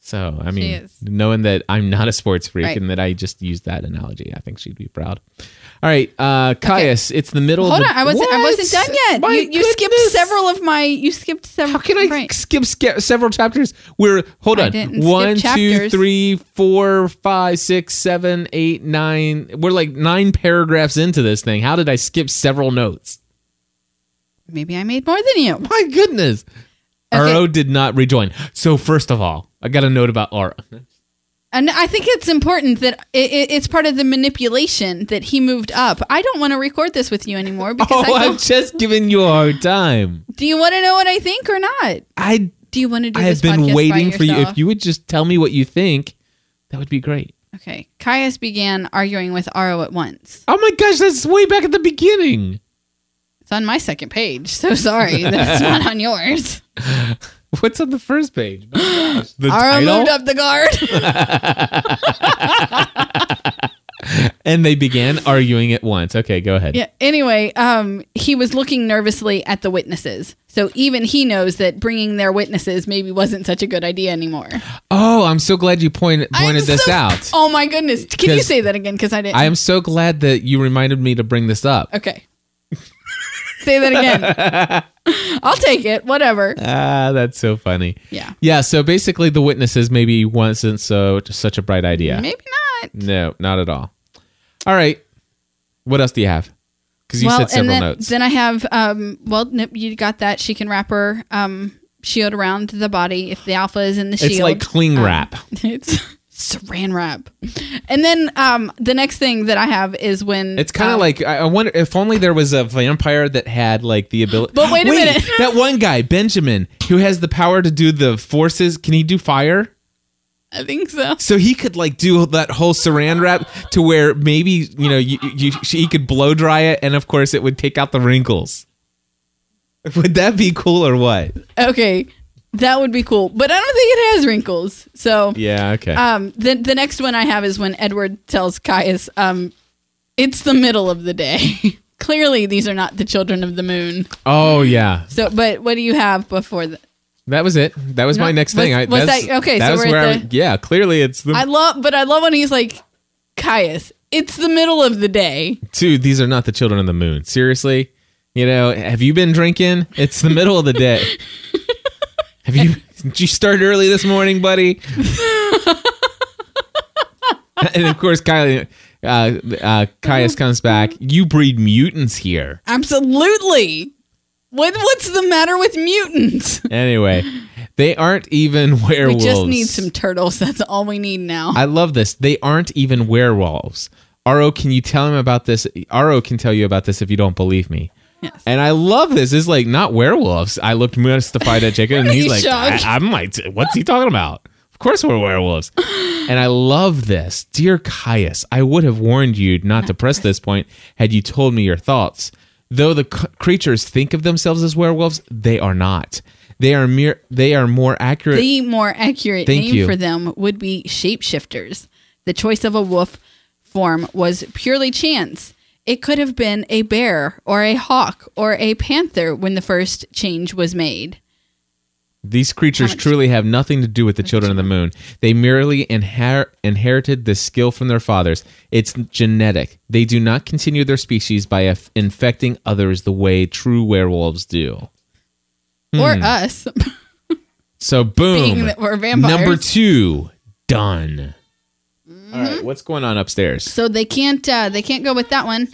[SPEAKER 1] So, I mean,
[SPEAKER 5] is.
[SPEAKER 1] knowing that I'm not a sports freak
[SPEAKER 5] Right.
[SPEAKER 1] and that I just used that analogy, I think she'd be proud. All right, uh, Caius, it's the middle
[SPEAKER 5] Hold
[SPEAKER 1] of
[SPEAKER 5] on,
[SPEAKER 1] the
[SPEAKER 5] I wasn't. I
[SPEAKER 1] What?
[SPEAKER 5] wasn't done yet.
[SPEAKER 1] My
[SPEAKER 5] you you skipped
[SPEAKER 1] goodness.
[SPEAKER 5] several of my. You skipped
[SPEAKER 1] How
[SPEAKER 5] several.
[SPEAKER 1] can I
[SPEAKER 5] right.
[SPEAKER 1] skip, skip several chapters? We're hold
[SPEAKER 5] I
[SPEAKER 1] on.
[SPEAKER 5] didn't skip
[SPEAKER 1] One, two,
[SPEAKER 5] chapters.
[SPEAKER 1] three, four, five, six, seven, eight, nine. We're like nine paragraphs into this thing. How did I skip several notes?
[SPEAKER 5] Maybe I made more than you.
[SPEAKER 1] My goodness.
[SPEAKER 5] Okay.
[SPEAKER 1] RO did not rejoin. So first of all, I got a note about RO.
[SPEAKER 5] And I think it's important that it, it, it's part of the manipulation that he moved up. I don't want to record this with you anymore because
[SPEAKER 1] Oh,
[SPEAKER 5] I
[SPEAKER 1] I'm
[SPEAKER 5] don't-
[SPEAKER 1] just giving you a hard time.
[SPEAKER 5] do you want to know what I think or not?
[SPEAKER 1] I
[SPEAKER 5] Do you want to do?
[SPEAKER 1] I have
[SPEAKER 5] this podcast
[SPEAKER 1] been
[SPEAKER 5] by
[SPEAKER 1] waiting for you. If
[SPEAKER 5] yourself?
[SPEAKER 1] you would just tell me what you think, that would be great.
[SPEAKER 5] Okay, Caius began arguing with Aro at once.
[SPEAKER 1] Oh my gosh, that's way back at the beginning.
[SPEAKER 5] It's on my second page. So sorry, that's not on yours.
[SPEAKER 1] What's on the first page? My gosh. The
[SPEAKER 5] Aro
[SPEAKER 1] title,
[SPEAKER 5] moved up the guard.
[SPEAKER 1] and they began arguing at once. Okay, go ahead.
[SPEAKER 5] Yeah. Anyway, um, he was looking nervously at the witnesses. So even he knows that bringing their witnesses maybe wasn't such a good idea anymore.
[SPEAKER 1] Oh, I'm so glad you point, pointed
[SPEAKER 5] I'm
[SPEAKER 1] this
[SPEAKER 5] so-
[SPEAKER 1] out.
[SPEAKER 5] Oh my goodness! Can you
[SPEAKER 1] 'Cause
[SPEAKER 5] say that again? Because I didn't.
[SPEAKER 1] I am so glad that you reminded me to bring this up.
[SPEAKER 5] okay. say that again. I'll take it. Whatever.
[SPEAKER 1] Ah, that's so funny.
[SPEAKER 5] Yeah.
[SPEAKER 1] Yeah, so basically the witnesses maybe wasn't so such a bright idea.
[SPEAKER 5] Maybe not.
[SPEAKER 1] No, not at all. All right. What else do you have? Because you said
[SPEAKER 5] and
[SPEAKER 1] several
[SPEAKER 5] then,
[SPEAKER 1] notes.
[SPEAKER 5] then I have. Um, well, nope, you got that. She can wrap her um, shield around the body if the alpha is in the shield. Um,
[SPEAKER 1] it's like cling wrap.
[SPEAKER 5] It's saran wrap. And then um, the next thing that I have is when
[SPEAKER 1] it's kind of
[SPEAKER 5] um,
[SPEAKER 1] like I, I wonder if only there was a vampire that had like the ability.
[SPEAKER 5] But wait a minute.
[SPEAKER 1] that one guy Benjamin who has the power to do the forces. Can he do fire?
[SPEAKER 5] I think so.
[SPEAKER 1] So he could like do that whole saran wrap to where maybe you know you, you he could blow dry it, and of course it would take out the wrinkles. Would that be cool or what?
[SPEAKER 5] Okay, that would be cool, but I don't think it has wrinkles. So
[SPEAKER 1] Yeah. Okay.
[SPEAKER 5] um, the the next one I have is when Edward tells Caius, um, "It's the middle of the day." clearly these are not the children of the moon.
[SPEAKER 1] Oh yeah,
[SPEAKER 5] So, but what do you have before that?
[SPEAKER 1] that was it. That was my
[SPEAKER 5] No,
[SPEAKER 1] next
[SPEAKER 5] was-
[SPEAKER 1] thing. I,
[SPEAKER 5] was
[SPEAKER 1] that's,
[SPEAKER 5] that- okay,
[SPEAKER 1] That
[SPEAKER 5] so
[SPEAKER 1] was
[SPEAKER 5] we're at
[SPEAKER 1] where. I,
[SPEAKER 5] the-
[SPEAKER 1] yeah, clearly it's the
[SPEAKER 5] I love, but I love when he's like, Caius, it's the middle of the day.
[SPEAKER 1] dude, these are not the children of the moon. Seriously? You know, have you been drinking? It's the middle of the day. have you did you start early this morning, buddy? and of course, Kylie uh, uh, Caius comes back. You breed mutants here.
[SPEAKER 5] Absolutely. What what's the matter with mutants?
[SPEAKER 1] Anyway, they aren't even
[SPEAKER 5] We
[SPEAKER 1] werewolves.
[SPEAKER 5] just need some turtles. That's all we need now.
[SPEAKER 1] I love this. They aren't even werewolves. Aro, can you tell him about this? Aro can tell you about this if you don't believe me.
[SPEAKER 5] Yes.
[SPEAKER 1] And I love this. It's like not werewolves. I looked mystified at Jacob, and
[SPEAKER 5] Are
[SPEAKER 1] he's
[SPEAKER 5] you
[SPEAKER 1] like,
[SPEAKER 5] shocked?
[SPEAKER 1] I, "I'm like, what's he talking about? Of course we're werewolves." and I love this, dear Caius. I would have warned you not to press this point had you told me your thoughts. Though the c- creatures think of themselves as werewolves, they are not. They are mere. They are more accurate.
[SPEAKER 5] the more accurate
[SPEAKER 1] Thank
[SPEAKER 5] name
[SPEAKER 1] you.
[SPEAKER 5] for them would be shapeshifters. The choice of a wolf form was purely chance. It could have been a bear or a hawk or a panther when the first change was made.
[SPEAKER 1] These creatures
[SPEAKER 5] How much-
[SPEAKER 1] truly have nothing to do with the children of the moon. They merely inher- inherited this skill from their fathers. It's genetic. They do not continue their species by inf- infecting others the way true werewolves do.
[SPEAKER 5] Or
[SPEAKER 1] Hmm.
[SPEAKER 5] us
[SPEAKER 1] So, boom.
[SPEAKER 5] being that we're vampires.
[SPEAKER 1] Number two, done. All
[SPEAKER 5] Mm-hmm.
[SPEAKER 1] right, what's going on upstairs?
[SPEAKER 5] So they can't uh, they can't go with that one.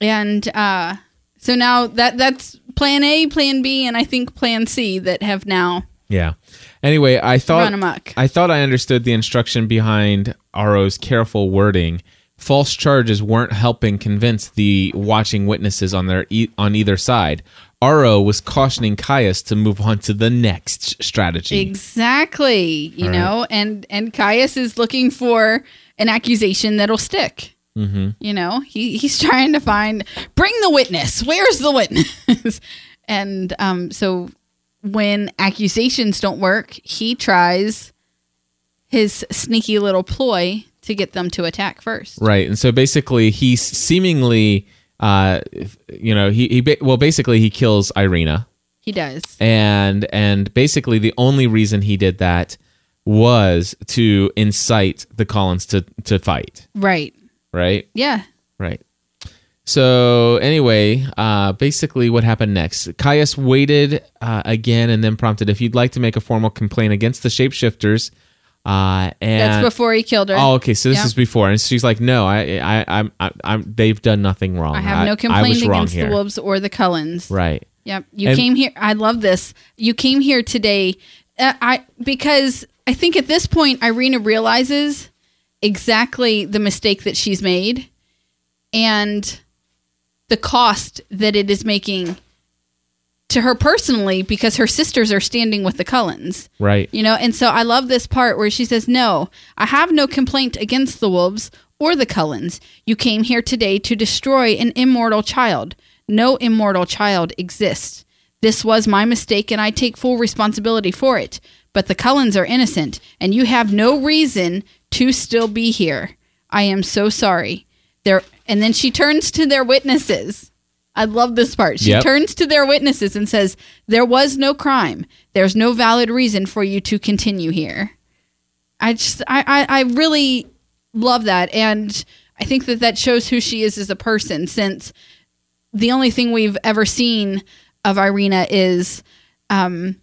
[SPEAKER 5] And uh, so now that that's plan A, plan B, and I think plan C that have now
[SPEAKER 1] Yeah. Anyway, I thought
[SPEAKER 5] run amok.
[SPEAKER 1] I thought I understood the instruction behind Aro's careful wording. False charges weren't helping convince the watching witnesses on their e- on either side. Aro was cautioning Caius to move on to the next s- strategy.
[SPEAKER 5] exactly. You know, and and Caius is looking for an accusation that'll stick. Mm-hmm. You know, he he's trying to find bring the witness. Where's the witness? and um, so when accusations don't work, he tries his sneaky little ploy to get them to attack first.
[SPEAKER 1] Right. And so basically, he s- seemingly, uh, if- you know, he, he ba- well, basically, he kills Irina.
[SPEAKER 5] He does.
[SPEAKER 1] and and basically the only reason he did that was to incite the Collins to to fight,
[SPEAKER 5] Right.
[SPEAKER 1] right?
[SPEAKER 5] Yeah.
[SPEAKER 1] Right. So anyway, uh, basically what happened next? Caius waited uh, again and then prompted, "If you'd like to make a formal complaint against the shapeshifters," uh, and
[SPEAKER 5] That's before he killed her.
[SPEAKER 1] Oh, okay. So this
[SPEAKER 5] Yeah.
[SPEAKER 1] is before, and she's like, "No, I, I, I'm, I'm, I'm they've done nothing wrong.
[SPEAKER 5] I have no
[SPEAKER 1] I was
[SPEAKER 5] complaint
[SPEAKER 1] wrong
[SPEAKER 5] against
[SPEAKER 1] here.
[SPEAKER 5] the wolves or the Cullens.
[SPEAKER 1] Right.
[SPEAKER 5] Yep. You
[SPEAKER 1] And-
[SPEAKER 5] came here. I love this. You came here today. Uh, I because I think at this point Irina realizes exactly the mistake that she's made and the cost that it is making to her personally because her sisters are standing with the Cullens.
[SPEAKER 1] Right.
[SPEAKER 5] You know, and so I love this part where she says, No, I have no complaint against the wolves or the Cullens. You came here today to destroy an immortal child. No immortal child exists. This was my mistake, and I take full responsibility for it. But the Cullens are innocent, and you have no reason to still be here. I am so sorry. There, and then she turns to their witnesses. I love this part. She
[SPEAKER 1] Yep.
[SPEAKER 5] turns turns to their witnesses and says, There was no crime. There's no valid reason for you to continue here. I just, I, I, I really love that. And I think that that shows who she is as a person, since the only thing we've ever seen of Irina is um,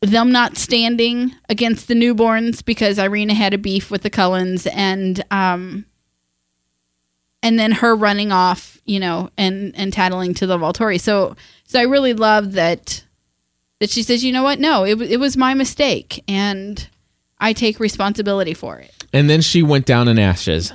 [SPEAKER 5] them not standing against the newborns because Irina had a beef with the Cullens and, um, and then her running off, you know, and and tattling to the Volturi. So so I really love that that she says, you know what? No, it wa- it was my mistake, and I take responsibility for it.
[SPEAKER 1] And then she went down in ashes.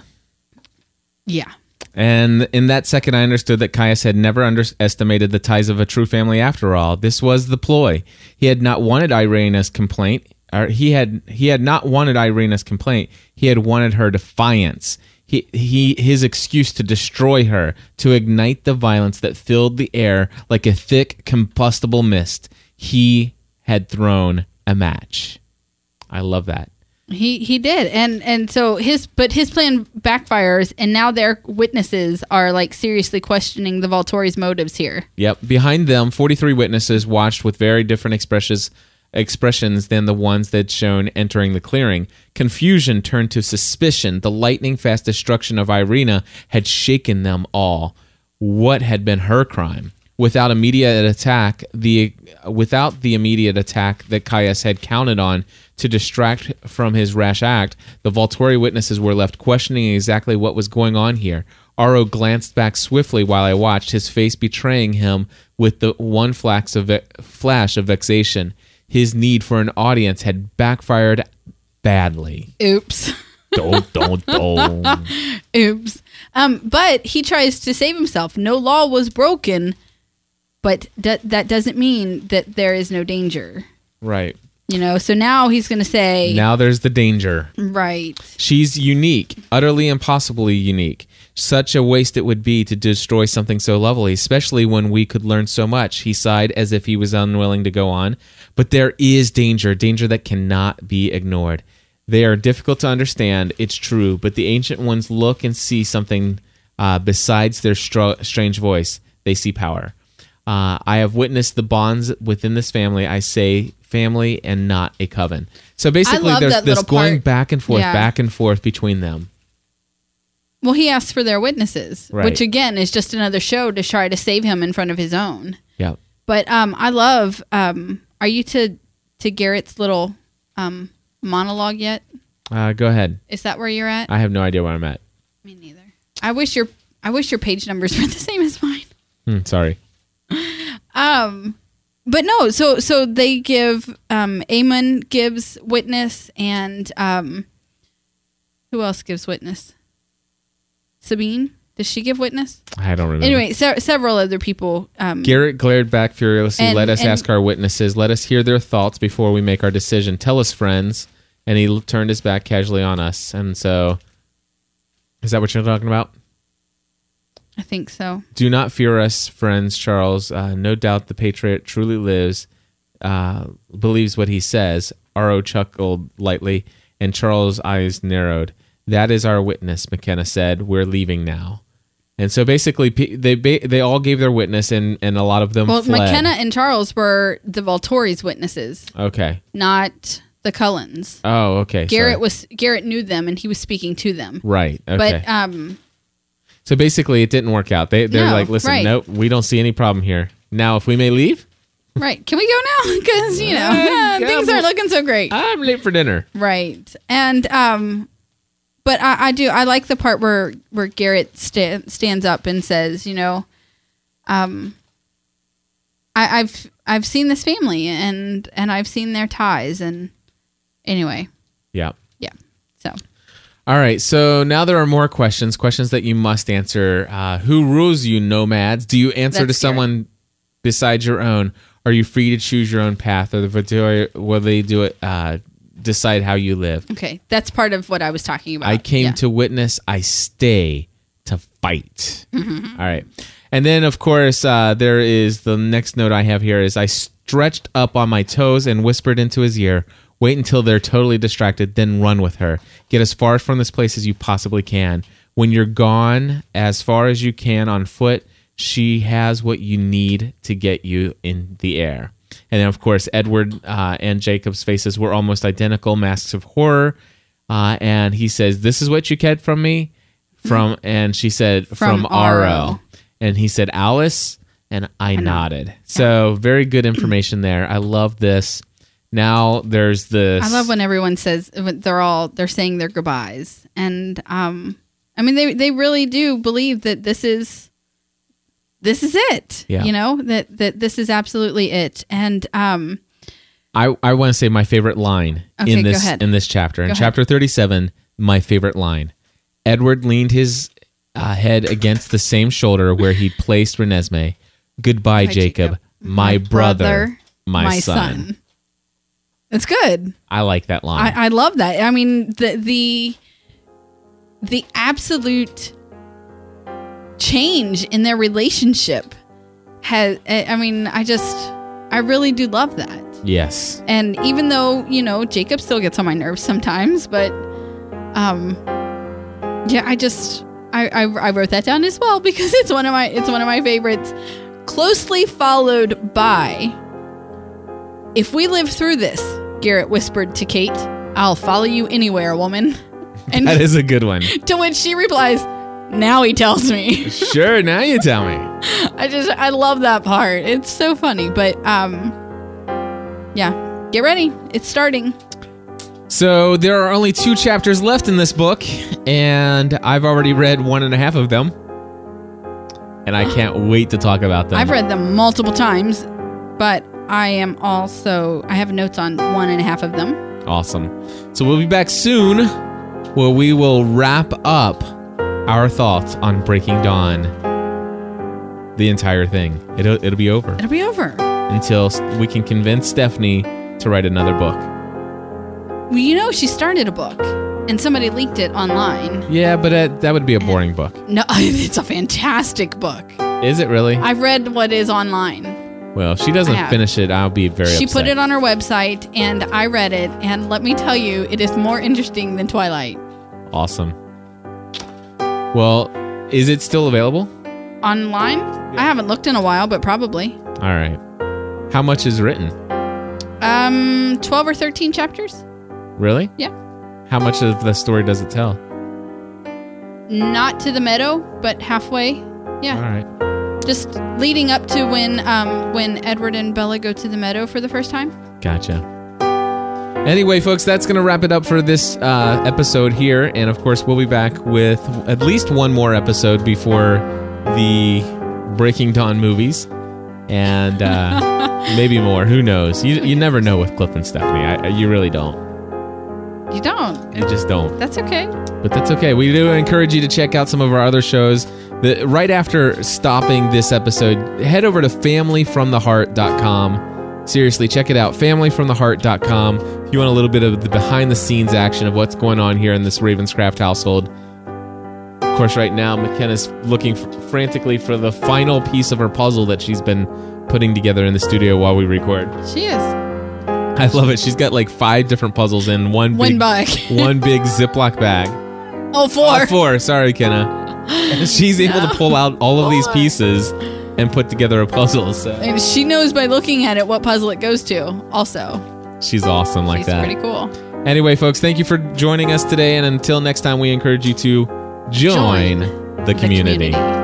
[SPEAKER 5] Yeah,
[SPEAKER 1] And in that second, I understood that Caius had never underestimated the ties of a true family after all. This was the ploy. He had not wanted Irina's complaint. Or he had he had not wanted Irina's complaint. He had wanted her defiance. He, he his excuse to destroy her, to ignite the violence that filled the air like a thick combustible mist. He had thrown a match. I love that.
[SPEAKER 5] He he did, and and so his but his plan backfires, and now their witnesses are like seriously questioning the Voltori's motives here.
[SPEAKER 1] Yep. Behind them, 43 witnesses watched with very different expressions expressions than the ones that shown entering the clearing. Confusion turned to suspicion. The lightning fast destruction of Irina had shaken them all. What had been her crime? Without immediate attack, the without the immediate attack that Caius had counted on to distract from his rash act, the Volturi witnesses were left questioning exactly what was going on here. Aro glanced back swiftly while I watched, his face betraying him with the one flax of flash of vexation. His need for an audience had backfired badly.
[SPEAKER 5] Oops.
[SPEAKER 1] Dun, dun, dun.
[SPEAKER 5] Oops. Um, but he tries to save himself. No law was broken, but that that doesn't mean that there is no danger.
[SPEAKER 1] right.
[SPEAKER 5] You know. So now he's going to say,
[SPEAKER 1] Now there's the danger.
[SPEAKER 5] right,
[SPEAKER 1] She's unique, utterly impossibly unique. Such a waste it would be to destroy something so lovely, especially when we could learn so much. He sighed as if he was unwilling to go on. But there is danger, danger that cannot be ignored. They are difficult to understand, it's true, but the ancient ones look and see something uh, besides their str- strange voice. They see power. Uh, I have witnessed the bonds within this family. I say family and not a coven. So basically,
[SPEAKER 5] love
[SPEAKER 1] there's
[SPEAKER 5] that
[SPEAKER 1] this
[SPEAKER 5] little
[SPEAKER 1] going
[SPEAKER 5] part.
[SPEAKER 1] back and forth,
[SPEAKER 5] Yeah.
[SPEAKER 1] back and forth between them.
[SPEAKER 5] Well, he asks for their witnesses,
[SPEAKER 1] Right.
[SPEAKER 5] which again is just another show to try to save him in front of his own.
[SPEAKER 1] Yeah.
[SPEAKER 5] But um, I love. Um, are you to to Garrett's little um, monologue yet?
[SPEAKER 1] Uh, go ahead.
[SPEAKER 5] Is that where you're at?
[SPEAKER 1] I have no idea where I'm at.
[SPEAKER 5] Me neither. I wish your I wish your page numbers were the same as mine.
[SPEAKER 1] Hmm, sorry.
[SPEAKER 5] Um, But no, so so they give um Amon gives witness and um who else gives witness? Sabine? Does she give witness?
[SPEAKER 1] I don't remember.
[SPEAKER 5] Anyway, se- several other people um
[SPEAKER 1] Garrett glared back furiously.
[SPEAKER 5] And-
[SPEAKER 1] Let us
[SPEAKER 5] and-
[SPEAKER 1] ask our witnesses. Let us hear their thoughts before we make our decision. Tell us, friends. And he l- turned his back casually on us. And so, is that what you're talking about?
[SPEAKER 5] I think so.
[SPEAKER 1] Do not fear us, friends, Charles. Uh, no doubt the patriot truly lives, uh, believes what he says. Aro chuckled lightly, and Charles' eyes narrowed. That is our witness, McKenna said. We're leaving now. And so basically, pe- they ba- they all gave their witness, and, and a lot of them
[SPEAKER 5] Well,
[SPEAKER 1] fled.
[SPEAKER 5] McKenna and Charles were the Voltori's witnesses,
[SPEAKER 1] Okay.
[SPEAKER 5] not the Cullens.
[SPEAKER 1] Oh, okay.
[SPEAKER 5] Garrett
[SPEAKER 1] sorry.
[SPEAKER 5] was Garrett knew them and he was speaking to them.
[SPEAKER 1] right. Okay.
[SPEAKER 5] But um
[SPEAKER 1] so basically, it didn't work out. They they're
[SPEAKER 5] No,
[SPEAKER 1] like, listen,
[SPEAKER 5] right.
[SPEAKER 1] nope, we don't see any problem here. Now, if we may leave,
[SPEAKER 5] right, can we go now? Because you know
[SPEAKER 1] yeah,
[SPEAKER 5] things
[SPEAKER 1] well-
[SPEAKER 5] aren't looking so great.
[SPEAKER 1] I'm late for dinner.
[SPEAKER 5] Right. And um but I, I do I like the part where where Garrett sta- stands up and says, you know, um I, I've I've seen this family and and I've seen their ties and anyway,
[SPEAKER 1] Yeah.
[SPEAKER 5] yeah. So
[SPEAKER 1] All right, so now there are more questions, questions that you must answer. Uh, who rules you, nomads? Do you answer to
[SPEAKER 5] That's scary.
[SPEAKER 1] someone besides your own? Are you free to choose your own path, or the Vitoria, will they do it, uh, decide how you live?
[SPEAKER 5] okay, that's part of what I was talking about.
[SPEAKER 1] I came
[SPEAKER 5] Uh, Yeah.
[SPEAKER 1] to witness, I stay to
[SPEAKER 5] Mm-hmm.
[SPEAKER 1] fight. Mm-hmm. All right. And then, of course, uh, there is the next note I have here is I stretched up on my toes and whispered into his ear, wait until they're totally distracted, then run with her. Get as far from this place as you possibly can. When you're gone as far as you can on foot, she has what you need to get you in the air. And then, of course, Edward uh, and Jacob's faces were almost identical, masks of horror. Uh, and he says, "This is what you get from me." From and she said, "From,
[SPEAKER 5] From
[SPEAKER 1] Aro.
[SPEAKER 5] RO.
[SPEAKER 1] and he said, "Alice," and I, nodded. So very good information there. I love this. Now there's this.
[SPEAKER 5] I love when everyone says when they're all they're saying their goodbyes, and um, I mean they they really do believe that this is this is it.
[SPEAKER 1] Yeah.
[SPEAKER 5] You know that that this is absolutely it, and um,
[SPEAKER 1] I, I want to say my favorite line
[SPEAKER 5] Okay,
[SPEAKER 1] in
[SPEAKER 5] go
[SPEAKER 1] this
[SPEAKER 5] ahead.
[SPEAKER 1] in this chapter. In
[SPEAKER 5] Go ahead.
[SPEAKER 1] chapter 37, my favorite line. Edward leaned his uh, head against the same shoulder where he placed Renesmee. Goodbye,
[SPEAKER 5] Hi,
[SPEAKER 1] Jacob, my, brother, my, son.
[SPEAKER 5] That's good.
[SPEAKER 1] I like that line.
[SPEAKER 5] I, I love that. I mean the the the absolute change in their relationship has. I I mean, I just I really do love that.
[SPEAKER 1] Yes.
[SPEAKER 5] And even though, you know, Jacob still gets on my nerves sometimes, but um yeah, I just I, I I wrote that down as well because it's one of my it's one of my favorites. Closely followed by If we live through this, Garrett whispered to Kate, I'll follow you anywhere, woman. And
[SPEAKER 1] That is a good one.
[SPEAKER 5] to which she replies, Now he tells me.
[SPEAKER 1] Sure, now you tell me.
[SPEAKER 5] I just I love that part. It's so funny, but um yeah. Get ready. It's starting.
[SPEAKER 1] So there are only two chapters left in this book, and I've already read one and a half of them. And I can't wait to talk about them.
[SPEAKER 5] I've read them multiple times, but I am also I have notes on one and a half of them.
[SPEAKER 1] Awesome. So we'll be back soon where we will wrap up our thoughts on Breaking Dawn. The entire thing. It'll, it'll be over
[SPEAKER 5] It'll be over.
[SPEAKER 1] until we can convince Stephanie to write another book.
[SPEAKER 5] Well, you know, she started a book, and somebody leaked it online.
[SPEAKER 1] Yeah, but uh, that would be a boring book.
[SPEAKER 5] No, it's a fantastic book.
[SPEAKER 1] Is it really?
[SPEAKER 5] I've read what is online.
[SPEAKER 1] Well, if she
[SPEAKER 5] I
[SPEAKER 1] doesn't
[SPEAKER 5] have.
[SPEAKER 1] finish it, I'll be very
[SPEAKER 5] she
[SPEAKER 1] upset.
[SPEAKER 5] put it on her website, and I read it. And let me tell you, it is more interesting than Twilight
[SPEAKER 1] Awesome. Well, is it still available?
[SPEAKER 5] online. I haven't looked in a while, but probably
[SPEAKER 1] All right. How much is written?
[SPEAKER 5] um, twelve or thirteen chapters.
[SPEAKER 1] Really?
[SPEAKER 5] Yeah,
[SPEAKER 1] How much of the story does it tell?
[SPEAKER 5] not to the meadow, but halfway. Yeah.
[SPEAKER 1] All right.
[SPEAKER 5] just leading up to when um, when Edward and Bella go to the meadow for the first time.
[SPEAKER 1] Gotcha. Anyway, folks, that's going to wrap it up for this uh, episode here. And of course, we'll be back with at least one more episode before the Breaking Dawn movies. And uh, maybe more. Who knows? You, you never know with Cliff and Stephanie. I, you really don't.
[SPEAKER 5] You don't.
[SPEAKER 1] You just don't.
[SPEAKER 5] That's okay.
[SPEAKER 1] But that's okay. We do encourage you to check out some of our other shows. The, right after stopping this episode, head over to familyfromtheheart.com. Seriously, check it out. Familyfromtheheart.com. If you want a little bit of the behind the scenes action of what's going on here in this Ravenscraft household. Of course, right now, McKenna's looking f- frantically for the final piece of her puzzle that she's been putting together in the studio while we record.
[SPEAKER 5] She is
[SPEAKER 1] I love it. She's got like five different puzzles in one
[SPEAKER 5] one
[SPEAKER 1] big,
[SPEAKER 5] bug.
[SPEAKER 1] one big Ziploc bag.
[SPEAKER 5] Oh
[SPEAKER 1] All
[SPEAKER 5] four.
[SPEAKER 1] four. Sorry, Kenna. She's able to pull out all of these pieces and put together a puzzle. So
[SPEAKER 5] And she knows by looking at it what puzzle it goes to. Also,
[SPEAKER 1] she's awesome like
[SPEAKER 5] she's
[SPEAKER 1] that.
[SPEAKER 5] pretty cool.
[SPEAKER 1] Anyway, folks, thank you for joining us today. And until next time, we encourage you to join,
[SPEAKER 5] Join
[SPEAKER 1] the community.
[SPEAKER 5] The community.